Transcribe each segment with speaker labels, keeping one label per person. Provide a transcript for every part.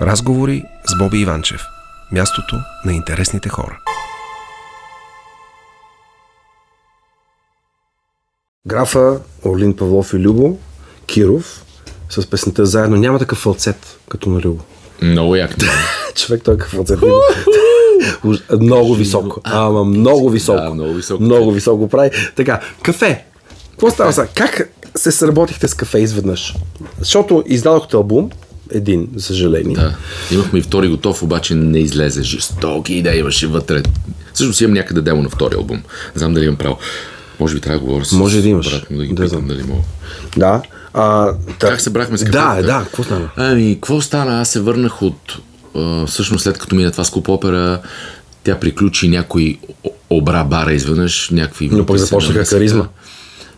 Speaker 1: Разговори с Боби Иванчев. Мястото на интересните хора.
Speaker 2: Графа, Орлин Павлов и Любо, Киров, с песента заедно. Няма такъв фалцет, като на Любо.
Speaker 3: Много як.
Speaker 2: Човек, той е какъв фалцет. има. Уж- много високо. Ама много високо.
Speaker 3: Да, много високо.
Speaker 2: Много високо го прави. Така, кафе. Какво става сега? Как се сработихте с кафе изведнъж? Защото издадохте албум, един, за съжаление.
Speaker 3: Да. Имахме и втори готов, обаче не излезе. Жестоки идеи имаше вътре. Всъщност имам някъде демо на втори албум. Не знам дали имам право. Може би трябва да говоря с
Speaker 2: Може да имаш.
Speaker 3: брат му да ги
Speaker 2: Да,
Speaker 3: питам дали мога.
Speaker 2: Да. А, та...
Speaker 3: Как се брахме с
Speaker 2: Да,
Speaker 3: кафето?
Speaker 2: да, какво стана?
Speaker 3: Ами, какво стана? Аз се върнах от... а, Всъщност след като мина това скуп опера, тя приключи някой о- обра бара изведнъж, някакви...
Speaker 2: Но пък започнаха
Speaker 3: намесиха.
Speaker 2: Каризма.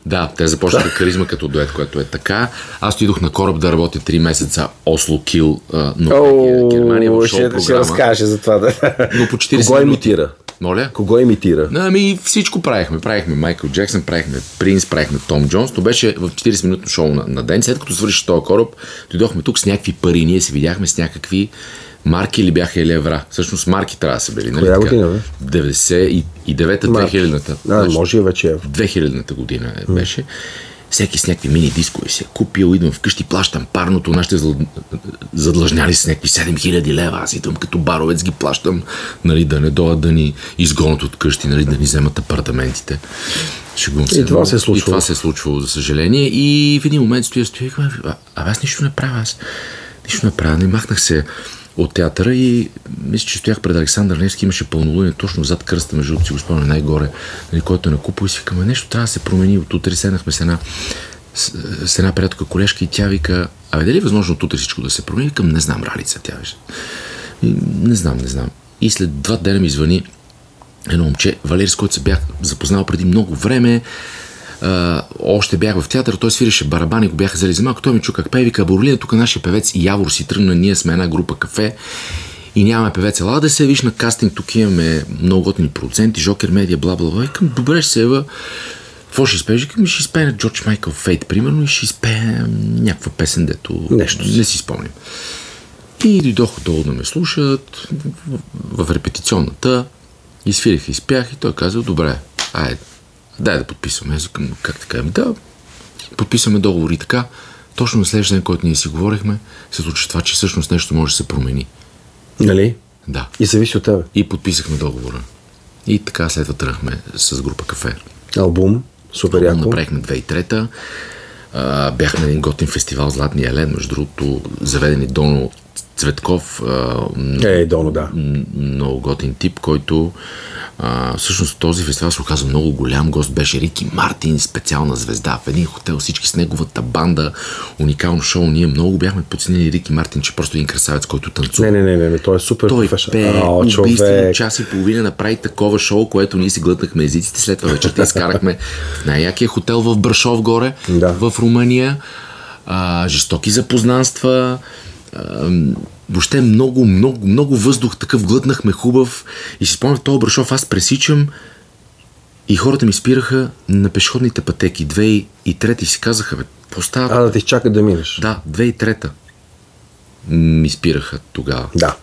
Speaker 3: Да, те започнаха каризма като дует, което е така. Аз отидох на кораб да работя 3 месеца Осло Кил, а, Норвегия, Германия, в шоу
Speaker 2: ще, ще
Speaker 3: програма.
Speaker 2: разкаже за това. Да.
Speaker 3: Но по 40
Speaker 2: Кого
Speaker 3: минути.
Speaker 2: имитира?
Speaker 3: Моля?
Speaker 2: Кого имитира?
Speaker 3: Да, Ами всичко правихме. Правихме Майкъл Джексън, правихме Принс, правихме Том Джонс. То беше в 40-минутно шоу на, на ден. След като свърши този кораб, дойдохме тук с някакви пари. Ние се видяхме с някакви марки или бяха или евра. Всъщност марки трябва да се били. Нали?
Speaker 2: Коя
Speaker 3: така?
Speaker 2: година,
Speaker 3: 99-та,
Speaker 2: Марки.
Speaker 3: 2000-та.
Speaker 2: Да, може и вече е. евро.
Speaker 3: 2000-та година е, беше. Всеки с някакви мини дискове си е купил, идвам вкъщи, плащам парното, нашите зад- задлъжняли с някакви 7000 лева, аз идвам като баровец ги плащам, нали, да не дойдат да ни изгонят от къщи, нали, да ни вземат апартаментите. Шегувам се.
Speaker 2: И това
Speaker 3: но-
Speaker 2: се е случвало.
Speaker 3: И това се е случвало, за съжаление. И в един момент стоя, стоя и казвам, а, а аз нищо не правя, аз нищо не правя, не махнах се от театъра и мисля, че стоях пред Александър Невски, имаше пълнолуние точно зад кръста, между другото си го спомням най-горе, нали, който е накупал и си викаме, нещо трябва да се промени. От утре седнахме с една, с, с една приятелка колежка и тя вика, а бе, дали е възможно от утре всичко да се промени? Викам, не знам, Ралица, тя беше. И, Не знам, не знам. И след два дена ми звъни едно момче, Валери, с който се бях запознал преди много време, а, още бях в театър, той свиреше барабани, го бяха взели за малко, той ми чу как пее, вика, Борлина, тук е нашия певец Явор си тръгна, ние сме една група кафе и нямаме певец, ела да се виж на кастинг, тук имаме много готини продуценти, Жокер Медиа, бла, бла, бла, викам, добре, ще се ева, какво ще изпееш? Викам, ще изпее Джордж Майкъл Фейт, примерно, и ще изпее някаква песен, дето
Speaker 2: Нещо си.
Speaker 3: не си спомням. И дойдох отдолу да ме слушат в в репетиционната. И свирих, и спях, и той каза, добре, айде, дай да подписваме. Аз викам, как така? Ами да, подписваме договор и така. Точно на следващия ден, който ние си говорихме, се случи това, че всъщност нещо може да се промени.
Speaker 2: Нали?
Speaker 3: Да.
Speaker 2: И зависи от тебе.
Speaker 3: И подписахме договора. И така след това тръгнахме с група кафе.
Speaker 2: Албум, супер
Speaker 3: Го
Speaker 2: яко.
Speaker 3: направихме 2003-та. А, бяхме на един готин фестивал Златния лед, между другото, заведени Доно Цветков, а,
Speaker 2: Е, Доно, да.
Speaker 3: м- много готин тип, който а, всъщност този фестивал се оказа много голям. Гост беше Рики Мартин, специална звезда в един хотел, всички с неговата банда, уникално шоу. Ние много бяхме подценили Рики Мартин, че просто е един красавец, който танцува.
Speaker 2: Не, не, не, не, не, той е супер
Speaker 3: Той
Speaker 2: професионал.
Speaker 3: пее
Speaker 2: Ао,
Speaker 3: убийствено
Speaker 2: човек.
Speaker 3: час и половина направи такова шоу, което ние си глътнахме езиците. След това вечерта изкарахме в най-якия хотел в Брашов горе,
Speaker 2: Да.
Speaker 3: в Румъния. А, жестоки запознанства. А, въобще много, много, много въздух такъв глътнахме хубав. И си спомням, този Брашов аз пресичам и хората ми спираха на пешеходните пътеки. Две и и трети си казаха, бе, поставя.
Speaker 2: А, да ти чакат да минеш.
Speaker 3: Да, две и трета. Ми спираха тогава.
Speaker 2: Да.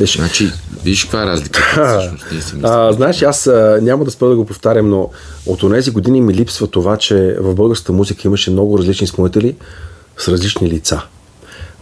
Speaker 2: Беше.
Speaker 3: Значи, виж каква е разликата всъщност. Ние си мислим.
Speaker 2: А, знаеш, аз а, няма да спра да го повтарям, но от тези години ми липсва това, че в българската музика имаше много различни изпълнители с различни лица.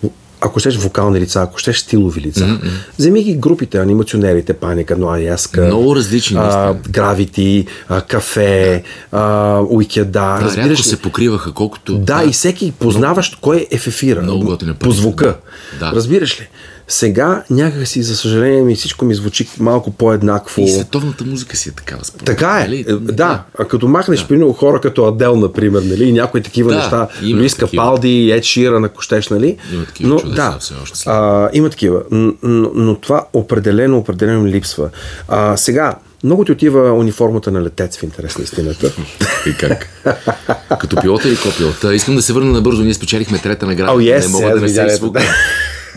Speaker 2: В- Ако щеш вокални лица, ако щеш стилови лица. Mm-hmm. Вземи ги групите, анимационерите, Паника, Ноа Яска.
Speaker 3: Много различни,
Speaker 2: А,
Speaker 3: наистина.
Speaker 2: гравити, а, кафе, а, уикеда.
Speaker 3: Да,
Speaker 2: разбираш
Speaker 3: рядко
Speaker 2: ли?
Speaker 3: се покриваха, колкото...
Speaker 2: Да, и всеки познаващ кой е в ефира.
Speaker 3: Много готина
Speaker 2: По
Speaker 3: песен,
Speaker 2: звука.
Speaker 3: да.
Speaker 2: Разбираш ли? Сега някакси, за съжаление, ми всичко ми звучи малко по-еднакво.
Speaker 3: И световната музика си е такава. Според.
Speaker 2: Така е.
Speaker 3: нали?
Speaker 2: Е, Да, а като махнеш да. примерно хора като Адел, например, нали, и някои такива
Speaker 3: Да,
Speaker 2: неща,
Speaker 3: има
Speaker 2: Луис
Speaker 3: такива.
Speaker 2: Капалди, Ед Ширан, ако щеш, нали?
Speaker 3: Има такива
Speaker 2: но,
Speaker 3: чудеса
Speaker 2: да,
Speaker 3: все още.
Speaker 2: А, има такива, но, но, но това определено, определено ми липсва. А, сега, много ти отива униформата на летец в интерес на истината.
Speaker 3: И как? Като пилота или копилота. Искам да се върна набързо. Ние спечелихме трета награда.
Speaker 2: Oh, yes,
Speaker 3: не мога
Speaker 2: yes,
Speaker 3: да не се
Speaker 2: видях,
Speaker 3: извука.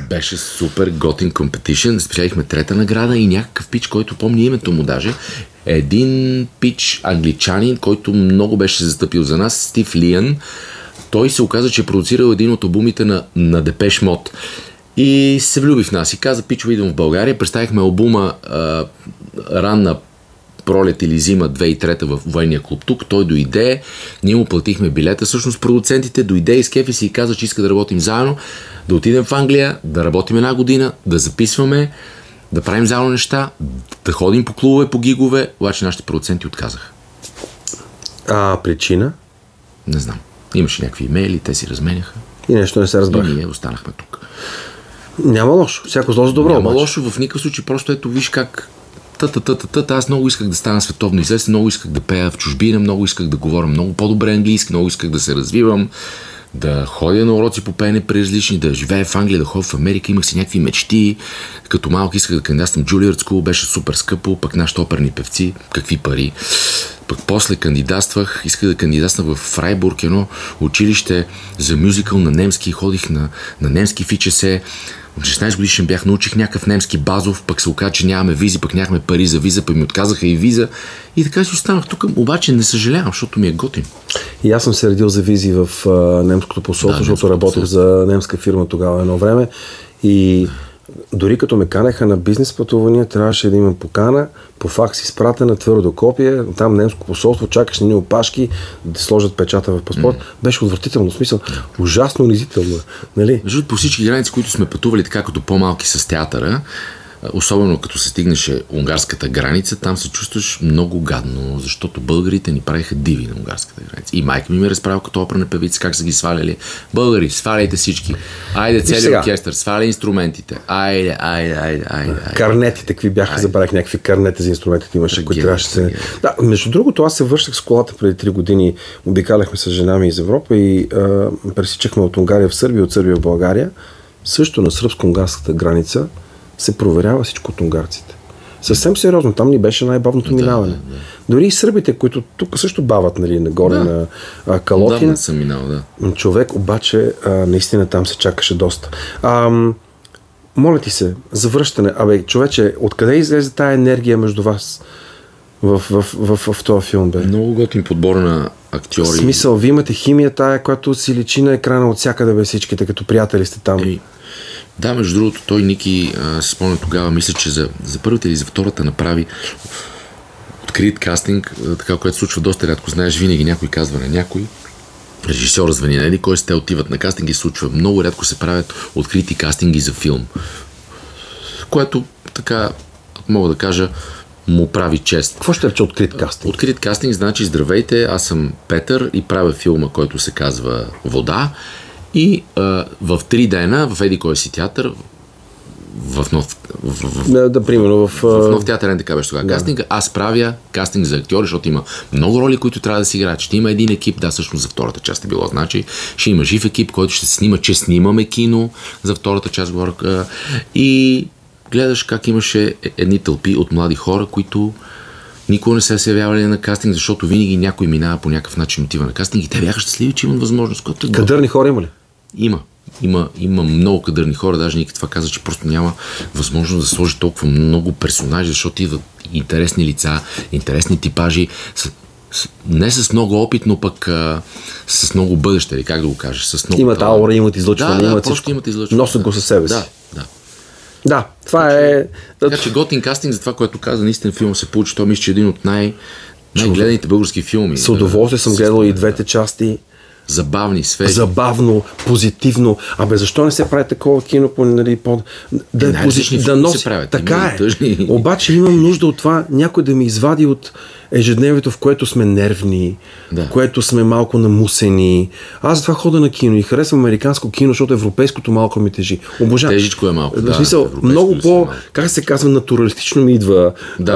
Speaker 3: Беше супер готин компетишън. Спечелихме трета награда и някакъв пич, който помни името му даже. Един пич англичанин, който много беше се застъпил за нас, Стив Лиан. Той се оказа, че е продуцирал един от обумите на, на Депеш Мод. И се влюби в нас и каза, пичове, идвам в България. Представихме албума а, Ранна пролет или зима 2003 в военния клуб тук. Той дойде, ние му платихме билета. Всъщност продуцентите дойде из кефи си и каза, че иска да работим заедно, да отидем в Англия, да работим една година, да записваме, да правим заедно неща, да ходим по клубове, по гигове. Обаче нашите продуценти отказаха.
Speaker 2: А причина?
Speaker 3: Не знам. Имаше някакви имейли, те си разменяха.
Speaker 2: И нещо не се разбрах.
Speaker 3: И ние останахме тук.
Speaker 2: Няма лошо. Всяко зло за добро.
Speaker 3: Няма
Speaker 2: обаче.
Speaker 3: лошо в никакъв случай, просто ето виж как та-та-та-та-та, аз много исках да стана световно известен, много исках да пея в чужбина, много исках да говоря много по-добре английски, много исках да се развивам, да ходя на уроци по пеене при различни, да живея в Англия, да ходя в Америка, имах си някакви мечти. Като малък исках да кандидатствам в Juilliard School, беше супер скъпо, пък нашите оперни певци, какви пари. Пък после кандидатствах, исках да кандидатствам в Фрайбург, едно училище за мюзикъл на немски, ходих на, на немски в ИЧСЕ. От 16 годишен бях, научих някакъв немски базов, пък се оказа, че нямаме визи, пък нямаме пари за виза, пък ми отказаха и виза. И така си останах тук, обаче не съжалявам, защото ми е готин.
Speaker 2: И аз съм се редил за визи в а, немското посолство,
Speaker 3: Да,
Speaker 2: защото
Speaker 3: немското
Speaker 2: работех за немска фирма тогава едно време. И дори като ме канеха на бизнес пътувания, трябваше да имам покана, по факс изпратена, твърдо копие, там немско посолство, чакаш на ни опашки, да сложат печата в паспорт. Беше отвратително, в смисъл, ужасно унизително. е, Нали?
Speaker 3: Между другото, по всички граници, които сме пътували така като по-малки с театъра, а, особено като се стигнеше унгарската граница, там се чувстваш много гадно, защото българите ни правиха диви на унгарската граница. И майка ми ме разправя като оперна певица, как са ги сваляли. Българи, сваляйте всички. Айде,
Speaker 2: сега.
Speaker 3: целият оркестър, сваля инструментите. Айде, айде, айде, айде. айде.
Speaker 2: Карнетите, какви бяха, забравих някакви карнети за инструментите имаше, които
Speaker 3: Трагедия,
Speaker 2: трябваше да се...
Speaker 3: трагедия.
Speaker 2: Да, между другото, аз се върших с колата преди 3 години, обикаляхме с жена ми из Европа и а, пресичахме от Унгария в Сърбия, от Сърбия в България. Също на сръбско-унгарската граница се проверява всичко от унгарците. Съвсем сериозно, там ни беше най-бавното минаване. Дори и сърбите, които тук също бават, нали, нагоре
Speaker 3: Да.
Speaker 2: на а, Калотина.
Speaker 3: Отдавна съм минал, да.
Speaker 2: Човек обаче а, наистина там се чакаше доста. А, моля ти се, завръщане. Абе, човече, откъде излезе тая енергия между вас в, в, в, в, в този филм, бе?
Speaker 3: Много готин подбор на
Speaker 2: В
Speaker 3: актьори.
Speaker 2: смисъл, вие имате химия тая, която си личи на екрана от всякъде, бе, всичките, като приятели сте там.
Speaker 3: Еми, да, между другото, той Ники, а, си спомням тогава, мисля, че за, за първата или за втората направи открит кастинг, а, така, което се случва доста рядко. Знаеш, винаги някой казва на някой, режисьора звъни на един, кой сте отиват на кастинг и се случва. Много рядко се правят открити кастинги за филм. Което, така, ако мога да кажа, му прави чест.
Speaker 2: Какво ще рече открит кастинг?
Speaker 3: Открит кастинг значи здравейте, аз съм Петър и правя филма, който се казва Вода. И а, в три дена в Еди кой си театър, в нов, в, в, в,
Speaker 2: Да, да, примерно в...
Speaker 3: в
Speaker 2: а,
Speaker 3: нов театър, не така беше тогава кастинга, аз правя кастинг за актьори, защото има много роли, които трябва да се играят. Ще има един екип, да, всъщност за втората част е било. Значи ще има жив екип, който ще снима, че снимаме кино за втората част, говоря. а, И гледаш как имаше е- едни тълпи от млади хора, които никога не са се явявали на кастинг, защото винаги някой минава по някакъв начин отива на кастинг и те бяха щастливи, че имат възможност. Което е
Speaker 2: Кадърни хора има ли?
Speaker 3: има. Има, има много кадърни хора, даже Ники това каза, че просто няма възможност да сложи толкова много персонажи, защото идват интересни лица, интересни типажи, с, с, не с много опит, но пък а, с много бъдеще, или как да го кажеш, с много...
Speaker 2: Имат
Speaker 3: талант.
Speaker 2: аура, имат излъчване,
Speaker 3: да, да,
Speaker 2: имат
Speaker 3: просто
Speaker 2: всичко.
Speaker 3: имат излъчване.
Speaker 2: Носят го със себе си.
Speaker 3: Да, да.
Speaker 2: Да, това е...
Speaker 3: Така че готин кастинг за това, което каза, наистина филма се получи, той мисля, че е един от най- най-гледаните български филми.
Speaker 2: С удоволствие съм гледал и двете части.
Speaker 3: Забавни, свежи.
Speaker 2: забавно, позитивно. Абе, защо не се прави такова кино по, нали, по... Да, е
Speaker 3: най-различни
Speaker 2: пози- да
Speaker 3: филми се
Speaker 2: носи.
Speaker 3: правят, има
Speaker 2: така
Speaker 3: и
Speaker 2: е.
Speaker 3: тъжни.
Speaker 2: Обаче имам нужда от това някой да ми извади от ежедневието, в което сме нервни,
Speaker 3: Да.
Speaker 2: в което сме малко намусени. Аз затова хода на кино и харесвам американско кино, защото европейското малко ми тежи. Обожавам.
Speaker 3: Тежичко е малко,
Speaker 2: В
Speaker 3: да,
Speaker 2: смисъл,
Speaker 3: европейското
Speaker 2: много
Speaker 3: ли си е
Speaker 2: по...
Speaker 3: малко?
Speaker 2: Как се казва, натуралистично ми идва
Speaker 3: Да.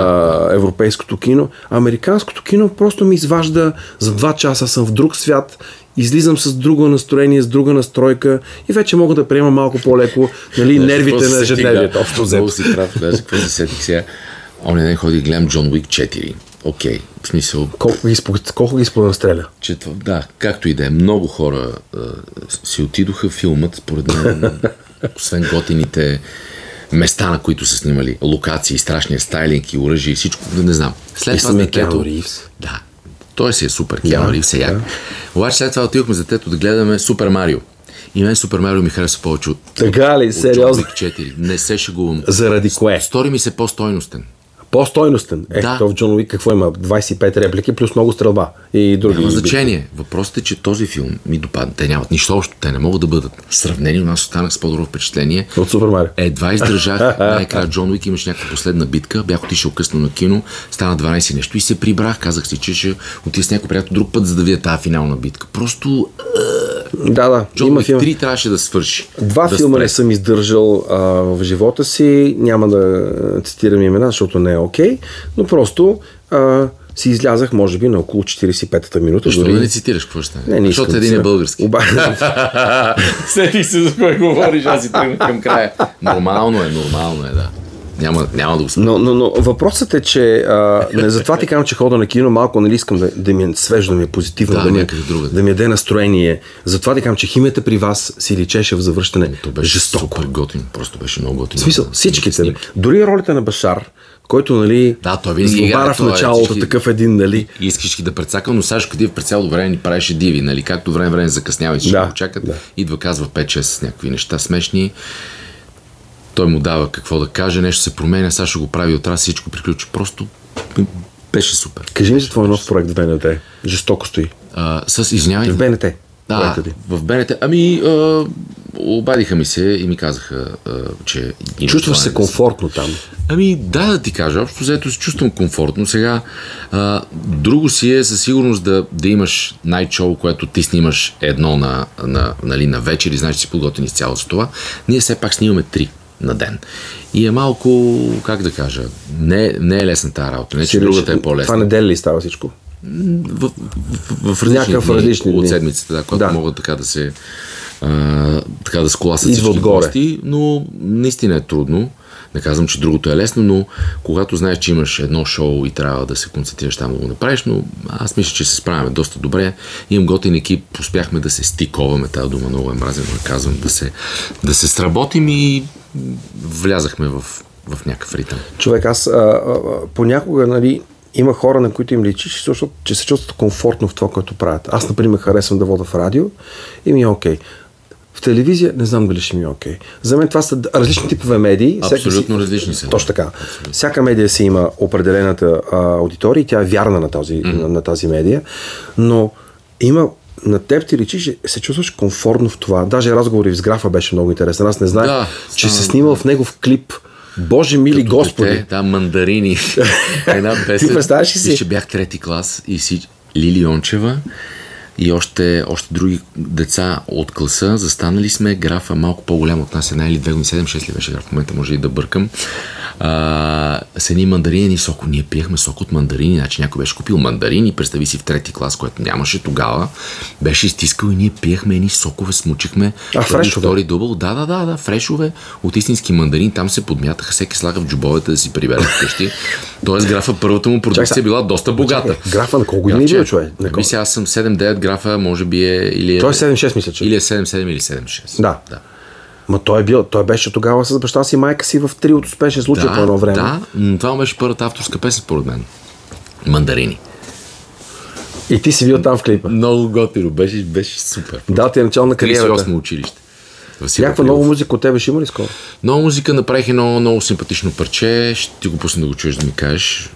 Speaker 2: а, европейското кино. Американското кино просто ми изважда за два часа съм в друг свят, излизам с друго настроение, с друга настройка и вече мога да приема малко по-леко нали,
Speaker 3: Знаеш,
Speaker 2: нервите
Speaker 3: Е, Значи, какво се
Speaker 2: на
Speaker 3: сетих,
Speaker 2: ежедневието.
Speaker 3: да.
Speaker 2: Общо
Speaker 3: Много
Speaker 2: взето.
Speaker 3: си прав, даже какво се сетих сега. Оня ден ходих, гледам Джон Уик 4. Окей, в смисъл,
Speaker 2: Колко ги, спо- колко ги спонастреля?
Speaker 3: че това, да, както и да е, много хора а, си отидоха филмът, според мен, освен готините места, на които са снимали, локации, страшния стайлинг и оръжие и всичко, не знам. След
Speaker 2: И
Speaker 3: това
Speaker 2: сме
Speaker 3: детето-
Speaker 2: Киану Ривз.
Speaker 3: Да, той си е супер Киану Ривз, е як. Обаче след това отидохме за тето да гледаме Супер Марио. И мен Супер Марио ми хареса повече от
Speaker 2: Така ли?
Speaker 3: от Джон
Speaker 2: Сериозно?
Speaker 3: Уик 4. Не се шегувам.
Speaker 2: Заради кое?
Speaker 3: Е, Стори ми се по-стойностен.
Speaker 2: По-стойностен. Е,
Speaker 3: Да.
Speaker 2: то в Джон Уик какво има? 25 реплики плюс много стрелба и други.
Speaker 3: Няма
Speaker 2: битки.
Speaker 3: значение. Въпросът е, че този филм ми допадна. Те нямат нищо общо. Те не могат да бъдат сравнени. У нас останах с по-добро впечатление.
Speaker 2: От Супер Марио.
Speaker 3: Едва издържах. Най-края Джон Уик имаше някаква последна битка. Бях отишъл късно на кино. Стана 12 и нещо и се прибрах. Казах си, че ще отида с някой приятел друг път, за да видя тази финална битка. Просто
Speaker 2: Да, да.
Speaker 3: Джон
Speaker 2: има
Speaker 3: Уик
Speaker 2: филм.
Speaker 3: 3 трябваше да свърши.
Speaker 2: Два
Speaker 3: да
Speaker 2: филма
Speaker 3: спре.
Speaker 2: не съм издържал а, в живота си, няма да цитирам имена, защото не е окей, но просто а, си излязах, може би, на около 45-та минута.
Speaker 3: Защо да не цитираш какво ще стане?
Speaker 2: Не, не
Speaker 3: Защото
Speaker 2: искам да
Speaker 3: един е
Speaker 2: цитирам.
Speaker 3: български.
Speaker 2: Оба...
Speaker 3: Сетих се за кой говориш, аз си тръгнах към края. Нормално е, нормално е, да. Няма, няма да го спра.
Speaker 2: но, но, но въпросът е, че а, не, затова ти казвам, че хода на кино малко, нали искам да, да ми е свежда, да ми е позитивно,
Speaker 3: Да,
Speaker 2: да, ми, е-
Speaker 3: някъде другаде.
Speaker 2: да ми е де настроение. Затова ти казвам, че химията при вас си личеше в завръщане.
Speaker 3: То беше
Speaker 2: жестоко.
Speaker 3: супер готин, просто беше много готин.
Speaker 2: В смисъл, всичките. бе. Дори ролята на Башар, който, нали,
Speaker 3: Да, той винаги
Speaker 2: злобара
Speaker 3: играе,
Speaker 2: в
Speaker 3: той е
Speaker 2: началото,
Speaker 3: всички-
Speaker 2: такъв един, нали,
Speaker 3: Искаш ги да прецакам, но Сашо Кадиев през цялото време ни правеше диви, нали? Както време време закъснява и ще
Speaker 2: Да,
Speaker 3: го чакат.
Speaker 2: да.
Speaker 3: Идва, казва 5-6 с някакви неща смешни. Той му дава какво да каже, нещо се променя, Сашо го прави отраз, всичко приключи. Просто беше супер.
Speaker 2: Кажи ми за твой нов проект в БНТ. Жестоко стои.
Speaker 3: А, с извинявай.
Speaker 2: В БНТ.
Speaker 3: Да,
Speaker 2: проектът ти.
Speaker 3: в БНТ. Ами, а, обадиха ми се и ми казаха, а, че... има
Speaker 2: Чувстваш се
Speaker 3: желание да
Speaker 2: комфортно там.
Speaker 3: Ами да, да ти кажа, общо взето се чувствам комфортно. Сега, а, друго си е със сигурност да, да имаш най-шоу, което ти снимаш едно на, на, нали, на вечер и знаеш, че си подготвен изцяло за това. Ние все пак снимаме три на ден. И е малко, как да кажа, не, не е лесна тази работа. Не, че другата е
Speaker 2: Това
Speaker 3: по-лесна.
Speaker 2: неделя ли става всичко?
Speaker 3: В, в, в различни,
Speaker 2: Някакъв
Speaker 3: дни,
Speaker 2: различни
Speaker 3: от
Speaker 2: дни.
Speaker 3: седмицата, да, когато
Speaker 2: Да.
Speaker 3: могат така да се а, така да сколасат
Speaker 2: Идва
Speaker 3: всички
Speaker 2: отгоре.
Speaker 3: гости, но наистина е трудно. Не казвам, че другото е лесно, но когато знаеш, че имаш едно шоу и трябва да се концентрираш там да го направиш, но аз мисля, че се справяме доста добре. Имам готин екип, успяхме да се стиковаме, тази дума много е мразена, но я казвам, да се, да се сработим и влязахме в, в някакъв ритъм.
Speaker 2: Човек, аз а, а, а, понякога, нали, има хора, на които им личиш, защото че се чувстват комфортно в това, което правят. Аз, например, харесвам да вода в радио и ми е окей. В телевизия не знам дали ще ми е окей. За мен това са д- различни типове медии. всеки си-
Speaker 3: Абсолютно различни са.
Speaker 2: Точно така. Всяка медия си има определената а, аудитория и тя е вярна на тази, на, на тази медия, но има на теб ти личи, че се чувстваш комфортно в това. Даже разговори с графа беше много интересен. Аз не знаех,
Speaker 3: Да,
Speaker 2: че
Speaker 3: стана-
Speaker 2: се снимал в негов клип. Боже мили Господи!
Speaker 3: Дете, да, мандарини. Една песен.
Speaker 2: Ти представяш ли си?
Speaker 3: Виж, че бях трети клас и си Лили Ончева и още, още други деца от класа. Застанали сме. Графа е малко по-голям от нас. Една или две години, 7-6 ли беше граф. В момента може и да бъркам. А, с едни мандарини и соко. Ние пиехме сок от мандарини. Значи някой беше купил мандарини. Представи си в трети клас, което нямаше тогава. Беше изтискал и ние пиехме едни сокове, смучихме. Първи,
Speaker 2: фрешове?
Speaker 3: втори дубъл, да, да, да, да, фрешове от истински мандарин, там се подмятаха, всеки слага в джобовете да си прибере вкъщи. Тоест графа първата му продукция е била доста богата.
Speaker 2: Графа на колко години
Speaker 3: Графче,
Speaker 2: бил човек? На колко?
Speaker 3: Ами сега аз съм 7-9 графа, може би е или е...
Speaker 2: Той е 7-6 мисля, че.
Speaker 3: Или е 7-7 или 7-6.
Speaker 2: Да.
Speaker 3: да.
Speaker 2: Ма той е бил, той беше тогава с баща си и майка си в три от успешни случаи по едно е време.
Speaker 3: да, но това беше първата авторска песен, според мен. Мандарини.
Speaker 2: И ти си бил там в клипа.
Speaker 3: Много готино, беше, беше супер.
Speaker 2: Да, ти е начало на кариерата.
Speaker 3: 38 училище. Васил
Speaker 2: Някаква
Speaker 3: Василев.
Speaker 2: нова музика от тебе ще има ли скоро?
Speaker 3: Нова музика направих едно много симпатично парче. Ще ти го пусна да го чуеш да ми кажеш,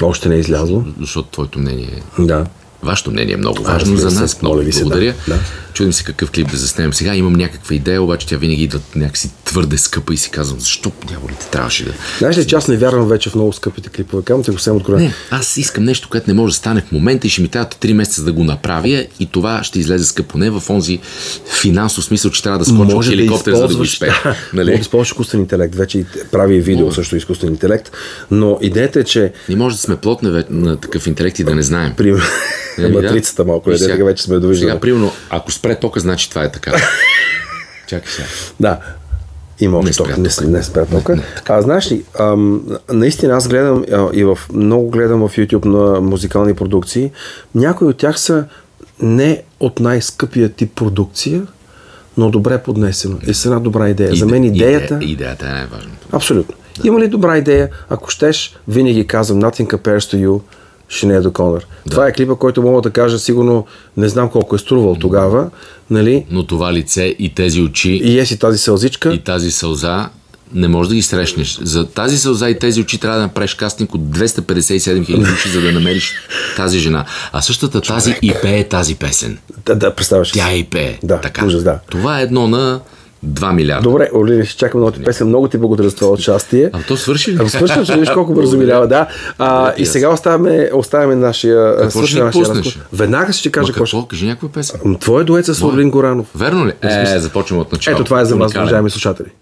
Speaker 3: е,
Speaker 2: Още не е излязло.
Speaker 3: защото твоето мнение е
Speaker 2: Да.
Speaker 3: Вашето мнение е много важно
Speaker 2: разбира
Speaker 3: за
Speaker 2: се,
Speaker 3: нас. Много
Speaker 2: моля
Speaker 3: ви
Speaker 2: ви се,
Speaker 3: благодаря.
Speaker 2: да, да.
Speaker 3: Чудим се какъв клип да заснемем сега. Имам някаква идея, обаче тя винаги идва някакси твърде скъпа и си казвам, защо дяволите трябваше да...
Speaker 2: Знаеш ли, че аз не вярвам вече в много скъпите клипове. Камо ти го съвсем откровено.
Speaker 3: Не, аз искам нещо, което не може да стане в момента и ще ми трябва 3 месеца да го направя и това ще излезе скъпо. Не в онзи финансов смисъл, че трябва да скоча от хеликоптер, за да го
Speaker 2: използваш,
Speaker 3: изпея.
Speaker 2: Може да
Speaker 3: Нали?
Speaker 2: използваш изкуствен интелект. Вече и прави и видео също изкуствен интелект. Но идеята е, че
Speaker 3: Не може да сме плод на, ве- на такъв интелект и да не знаем.
Speaker 2: при
Speaker 3: Еми да.
Speaker 2: матрицата малко,
Speaker 3: И
Speaker 2: е, сега... вече сме довиждали.
Speaker 3: Сега, примерно, ако спре тока, значи това е така. Чакай сега.
Speaker 2: Да. Има още
Speaker 3: спря
Speaker 2: тока, не,
Speaker 3: тока.
Speaker 2: не спря тока. А знаеш ли, ам, наистина аз гледам а, и в, много гледам в YouTube на музикални продукции. Някои от тях са не от най-скъпия тип продукция, но добре поднесено. И с една добра идея. За мен
Speaker 3: Иде-
Speaker 2: идеята...
Speaker 3: иде- идеята е най-важното.
Speaker 2: Абсолютно. Има ли добра идея? Ако щеш, винаги казвам nothing compares to you. Шинедо Конър. Да. Това е клипа, който мога да кажа, сигурно не знам колко е струвал тогава, нали?
Speaker 3: Но това лице и тези очи
Speaker 2: И е си тази сълзичка.
Speaker 3: и тази сълза не можеш да ги срещнеш. За тази сълза и тези очи трябва да направиш кастинг от 257 хиляди души, за да намериш тази жена. А същата тази и пее тази песен.
Speaker 2: Да, да, представяш.
Speaker 3: Тя е.
Speaker 2: си.
Speaker 3: и пее.
Speaker 2: Да,
Speaker 3: така.
Speaker 2: ужас, да.
Speaker 3: Това е едно на 2 милиарда.
Speaker 2: Добре, Орлин, ще чакам новата песен. Много ти благодаря за това участие.
Speaker 3: А Е. Ами, то свърши ли?
Speaker 2: Ами свършвам, че виж колко бързо минава, да. А, и сега оставяме, оставяме нашия...
Speaker 3: Какво ще
Speaker 2: свършваме
Speaker 3: ни
Speaker 2: нашия
Speaker 3: пуснеш?
Speaker 2: разговор. Веднага ще ти
Speaker 3: Ма
Speaker 2: кажа какво ще...
Speaker 3: какво? Кажи някаква песен.
Speaker 2: Твой дует с Орлин Горанов.
Speaker 3: Верно ли? Е, започваме от начало.
Speaker 2: Ето това е за вас,
Speaker 3: Уникален.
Speaker 2: уважаеми слушатели.